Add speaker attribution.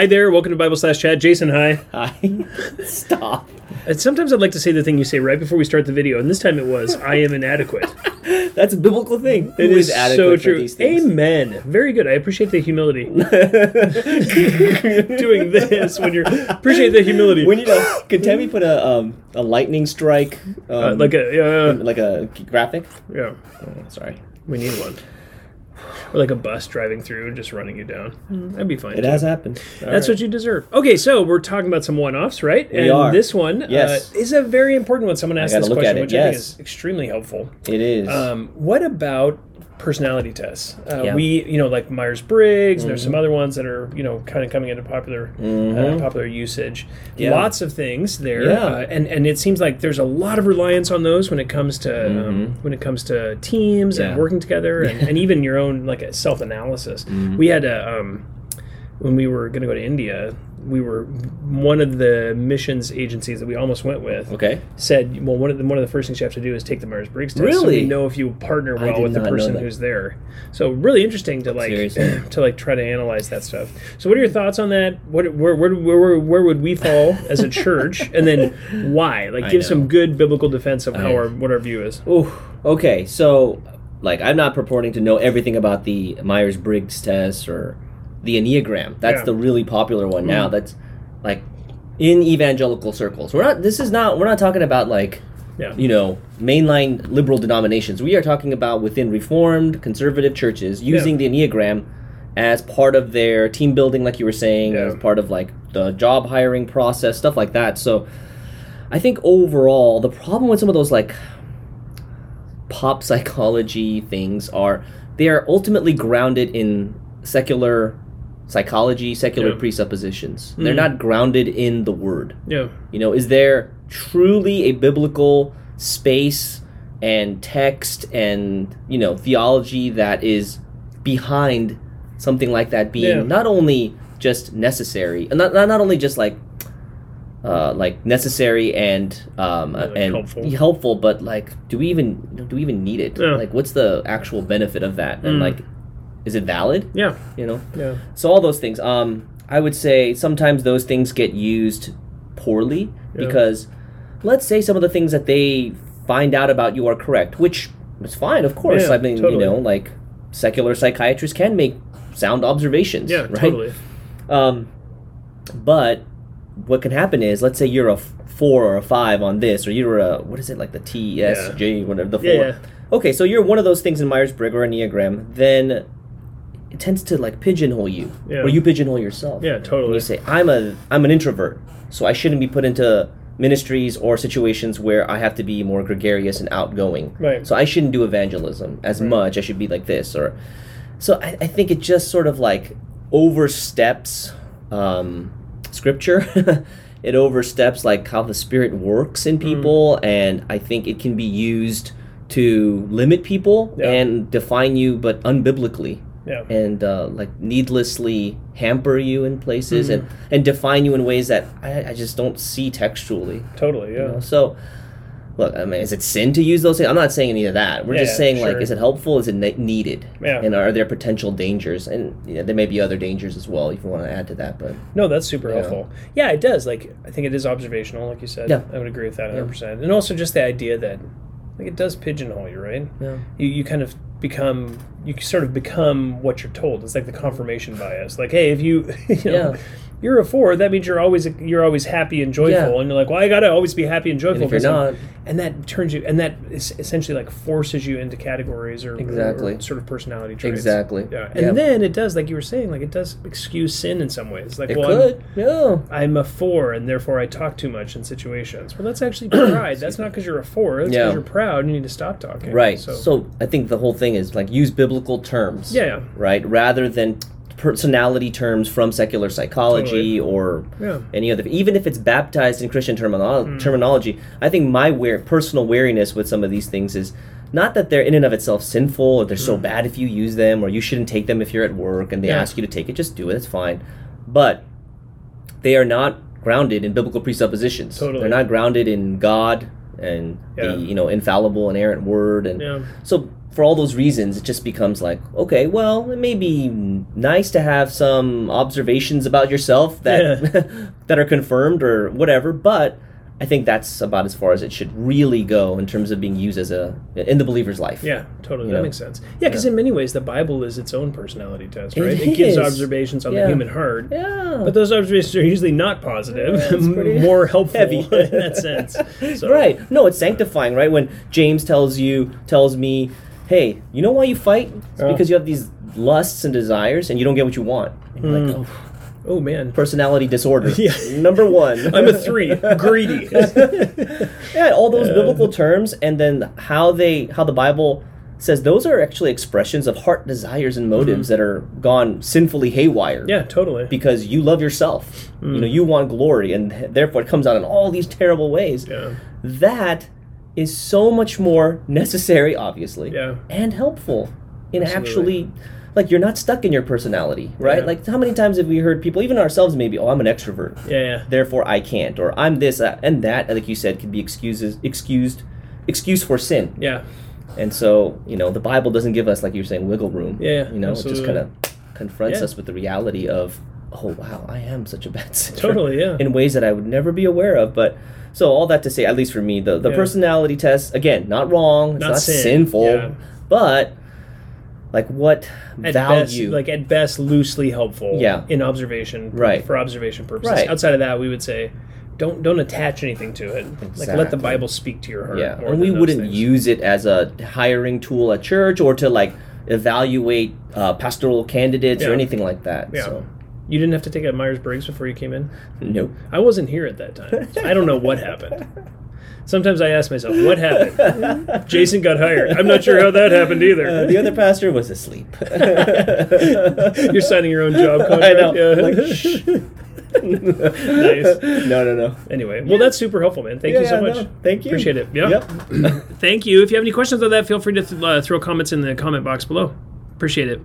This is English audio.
Speaker 1: Hi there, welcome to Bible slash chat. Jason, hi.
Speaker 2: Hi. Stop.
Speaker 1: And sometimes I'd like to say the thing you say right before we start the video, and this time it was, I am inadequate.
Speaker 2: That's a biblical thing.
Speaker 1: It
Speaker 2: Who
Speaker 1: is so
Speaker 2: adequate for
Speaker 1: true.
Speaker 2: these things?
Speaker 1: Amen. Very good. I appreciate the humility. Doing this when you're appreciate the humility.
Speaker 2: When you know, could Tammy put a um, a lightning strike, um,
Speaker 1: Uh, like a uh,
Speaker 2: like a graphic?
Speaker 1: yeah,
Speaker 2: Oh, sorry,
Speaker 1: we need one. Or like a bus driving through and just running you down. That'd be fine.
Speaker 2: Mm-hmm. it
Speaker 1: too.
Speaker 2: has happened.
Speaker 1: That's what you deserve. Okay, so we're talking about some one-offs, right? and
Speaker 2: are.
Speaker 1: this one
Speaker 2: Yes.
Speaker 1: uh, is a very important one. Someone asked
Speaker 2: gotta
Speaker 1: this
Speaker 2: look at
Speaker 1: question,
Speaker 2: it,
Speaker 1: which I think
Speaker 2: yes.
Speaker 1: is extremely helpful.
Speaker 2: you. It is.
Speaker 1: Um, what about personality tests? Uh,
Speaker 2: Yeah. Mm-hmm.
Speaker 1: We, you know, like Myers Briggs. There's some other ones that are, you know, kind of coming into popular uh, popular usage.
Speaker 2: Yeah.
Speaker 1: Lots of things there,
Speaker 2: Yeah.
Speaker 1: uh, and and it seems like there's a lot of reliance on those when it comes to um, when it comes to teams
Speaker 2: Mm-hmm. Yeah.
Speaker 1: and working together, and, and even your own like self analysis.
Speaker 2: Mm-hmm.
Speaker 1: We had a um, when we were going to go to India. We were one of the missions agencies that we almost went with
Speaker 2: okay.
Speaker 1: said, well, one of the one of the first things you have to do is take the Myers Briggs test, so
Speaker 2: Really?
Speaker 1: you know if you partner well
Speaker 2: did
Speaker 1: with the
Speaker 2: not know
Speaker 1: person
Speaker 2: that.
Speaker 1: who's there. So really interesting to like
Speaker 2: Seriously.
Speaker 1: to like try to analyze that stuff. So what are your thoughts on that? What where where where, where, where would we fall as a church, and then why? Like give
Speaker 2: know.
Speaker 1: some good biblical defense of how
Speaker 2: I-
Speaker 1: our what our view is.
Speaker 2: Ooh. Okay. So, like, I'm not purporting to know everything about the Myers Briggs test or the Enneagram. That's
Speaker 1: Yeah. Mm-hmm.
Speaker 2: the really popular one now. That's like in evangelical circles. We're not. This is not. We're not talking about like
Speaker 1: Yeah,
Speaker 2: you know, mainline liberal denominations. We are talking about within reformed conservative churches using the Enneagram as part of their team building, like you were saying,
Speaker 1: Yeah.
Speaker 2: as part of like the job hiring process, stuff like that. So I think overall, the problem with some of those like pop psychology things are they are ultimately grounded in secular psychology, secular
Speaker 1: Yeah.
Speaker 2: presuppositions. They're
Speaker 1: Mm.
Speaker 2: not grounded in the word.
Speaker 1: yeah,
Speaker 2: You know, is there truly a biblical space and text and, you know, theology that is behind something like that being
Speaker 1: Yeah.
Speaker 2: not only just necessary, not, not, not only just like, uh, like necessary and um,
Speaker 1: Yeah, like
Speaker 2: and
Speaker 1: helpful.
Speaker 2: helpful, but like, do we even do we even need it?
Speaker 1: Yeah.
Speaker 2: Like, what's the actual benefit of that? And
Speaker 1: Mm.
Speaker 2: like, is it valid?
Speaker 1: yeah,
Speaker 2: You know,
Speaker 1: yeah.
Speaker 2: so all those things. Um, I would say sometimes those things get used poorly
Speaker 1: Yeah.
Speaker 2: because, let's say some of the things that they find out about you are correct, which is fine, of course.
Speaker 1: Yeah,
Speaker 2: I mean,
Speaker 1: totally.
Speaker 2: you know, like secular psychiatrists can make sound observations,
Speaker 1: Yeah,
Speaker 2: right?
Speaker 1: totally.
Speaker 2: Um, but what can happen is, let's say you're a f- four or a five on this, or you're a what is it like the T E, S
Speaker 1: Yeah.
Speaker 2: J whatever the four.
Speaker 1: Yeah, yeah.
Speaker 2: Okay, so you're one of those things in Myers Briggs or Enneagram. Then it tends to like pigeonhole you,
Speaker 1: Yeah.
Speaker 2: or you pigeonhole yourself.
Speaker 1: Yeah,
Speaker 2: And you
Speaker 1: totally.
Speaker 2: say I'm a I'm an introvert, so I shouldn't be put into ministries or situations where I have to be more gregarious and outgoing.
Speaker 1: Right.
Speaker 2: So I shouldn't do evangelism as much. I should be like this or so I, I think it just sort of like oversteps um, scripture. it oversteps like how the spirit works in people, and I think it can be used to limit people
Speaker 1: Yeah.
Speaker 2: and define you, but unbiblically
Speaker 1: Yeah,
Speaker 2: and uh, like needlessly hamper you in places and and define you in ways that I, I just don't see textually.
Speaker 1: totally.
Speaker 2: You know?
Speaker 1: Yeah,
Speaker 2: So, look, I mean, is it sin to use those things? I'm not saying any of that. We're
Speaker 1: Yeah,
Speaker 2: just saying,
Speaker 1: sure.
Speaker 2: like, is it helpful? Is it ne- needed?
Speaker 1: Yeah.
Speaker 2: And are there potential dangers? And you know, there may be other dangers as well if you want to add to that. But
Speaker 1: no, that's super
Speaker 2: Yeah.
Speaker 1: helpful. Yeah, it does. Like, I think it is observational, like you said.
Speaker 2: Yeah.
Speaker 1: I would agree with that 100. percent And also just the idea that, like, it does pigeonhole you, right?
Speaker 2: yeah,
Speaker 1: you, you kind of become you sort of become what you're told it's like the confirmation bias like hey if you you know
Speaker 2: Yeah.
Speaker 1: you're a four that means you're always you're always happy and joyful
Speaker 2: Yeah.
Speaker 1: and you're like well i gotta always be happy and joyful
Speaker 2: if you're
Speaker 1: 'cause I'm-"
Speaker 2: not-
Speaker 1: and that turns you and that is essentially like forces you into categories or or-
Speaker 2: Exactly.
Speaker 1: or sort of personality traits
Speaker 2: exactly.
Speaker 1: yeah. and then it does like you were saying like it does excuse sin in some ways like
Speaker 2: it
Speaker 1: well I'm-
Speaker 2: could. Yeah.
Speaker 1: I'm a four, and therefore I talk too much in situations. Well, that's actually pride. that's not because you're a four. That's because
Speaker 2: Yeah.
Speaker 1: you're proud. and You need to stop talking.
Speaker 2: Right.
Speaker 1: So,
Speaker 2: So. I think the whole thing is like use biblical terms.
Speaker 1: yeah, yeah,
Speaker 2: Right. Rather than personality terms from secular psychology or
Speaker 1: yeah. Hmm.
Speaker 2: any other even if it's baptized in christian termino- terminology i think my wear, personal wariness with some of these things is not that they're in and of itself sinful or they're so bad if you use them or you shouldn't take them if you're at work and they
Speaker 1: Hmm. Yeah.
Speaker 2: ask you to take it just do it it's fine but they are not grounded in biblical presuppositions
Speaker 1: Totally.
Speaker 2: they're not grounded in god and
Speaker 1: Yeah.
Speaker 2: the you know infallible and errant word and
Speaker 1: Yeah.
Speaker 2: so for all those reasons it just becomes like okay well it may be nice to have some observations about yourself that that are confirmed or whatever but i think that's about as far as it should really go in terms of being used as a in the believer's life
Speaker 1: Yeah, totally.
Speaker 2: You
Speaker 1: that
Speaker 2: know?
Speaker 1: makes sense. Yeah, because in many ways, the Bible is its own personality test,
Speaker 2: It
Speaker 1: right? It, gives
Speaker 2: is.
Speaker 1: observations on the
Speaker 2: Yeah.
Speaker 1: human heart.
Speaker 2: yeah
Speaker 1: But those observations are usually not positive,
Speaker 2: Yeah, it's pretty
Speaker 1: more helpful
Speaker 2: heavy.
Speaker 1: in that sense. So,
Speaker 2: right no it's sanctifying right when james tells you tells me hey you know why you fight it's
Speaker 1: Yeah.
Speaker 2: because you have these lusts and desires and you don't get what you want And you're like, "Oh,
Speaker 1: Oh man,
Speaker 2: personality disorder
Speaker 1: Yeah.
Speaker 2: number one
Speaker 1: I'm a three, greedy.
Speaker 2: yeah all those biblical terms and then how they how the bible says those are actually expressions of heart desires and motives that are gone sinfully haywire
Speaker 1: Mm-hmm. yeah, Mm. totally.
Speaker 2: because you love yourself you know you want glory and therefore it comes out in all these terrible ways
Speaker 1: yeah,
Speaker 2: that is so much more necessary obviously
Speaker 1: yeah,
Speaker 2: and helpful in
Speaker 1: Absolutely.
Speaker 2: actually like you're not stuck in your personality right
Speaker 1: Yeah.
Speaker 2: like how many times have we heard people even ourselves maybe oh i'm an extrovert
Speaker 1: yeah, yeah.
Speaker 2: therefore I can't, or I'm this uh, and that. Like you said, can be excuses, excused, excuse for sin.
Speaker 1: Yeah,
Speaker 2: And so, you know, the Bible doesn't give us, like you were saying, wiggle room.
Speaker 1: Yeah, yeah,
Speaker 2: you know, it just
Speaker 1: absolutely.
Speaker 2: kind of confronts
Speaker 1: Yeah.
Speaker 2: us with the reality of, oh wow, I am such a bad sinner.
Speaker 1: Totally, yeah.
Speaker 2: In ways that I would never be aware of, but. So all that to say, at least for me, the, the
Speaker 1: Yeah.
Speaker 2: personality test again, not wrong, it's
Speaker 1: Not
Speaker 2: not,
Speaker 1: sin,
Speaker 2: sinful,
Speaker 1: yeah.
Speaker 2: but like what
Speaker 1: at best,
Speaker 2: value?
Speaker 1: like at best, loosely helpful.
Speaker 2: Yeah.
Speaker 1: in observation,
Speaker 2: Right.
Speaker 1: For observation purposes.
Speaker 2: Right.
Speaker 1: Outside of that, we would say, don't don't attach anything to it. Like let the
Speaker 2: Exactly.
Speaker 1: Bible speak to your heart.
Speaker 2: Yeah,
Speaker 1: more
Speaker 2: and
Speaker 1: than
Speaker 2: we
Speaker 1: those
Speaker 2: wouldn't
Speaker 1: things.
Speaker 2: use it as a hiring tool at church or to like evaluate uh, pastoral candidates
Speaker 1: Yeah.
Speaker 2: or anything like that.
Speaker 1: Yeah.
Speaker 2: So,
Speaker 1: You didn't have to take a Myers Briggs before you came in.
Speaker 2: nope.
Speaker 1: I wasn't here at that time. so I don't know what happened. Sometimes I ask myself, what happened? Jason got hired. I'm not sure how that happened either.
Speaker 2: Uh, the other pastor was asleep.
Speaker 1: You're signing your own job contract.
Speaker 2: Uh, I know.
Speaker 1: yeah.
Speaker 2: Like, shh.
Speaker 1: Nice.
Speaker 2: No, no, no.
Speaker 1: Anyway, well, that's super helpful, man. Thank you
Speaker 2: Yeah,
Speaker 1: so
Speaker 2: no,
Speaker 1: much.
Speaker 2: thank you.
Speaker 1: Appreciate it. Yeah.
Speaker 2: Yep.
Speaker 1: Thank you. If you have any questions on that, feel free to th- uh, throw comments in the comment box below. Appreciate it.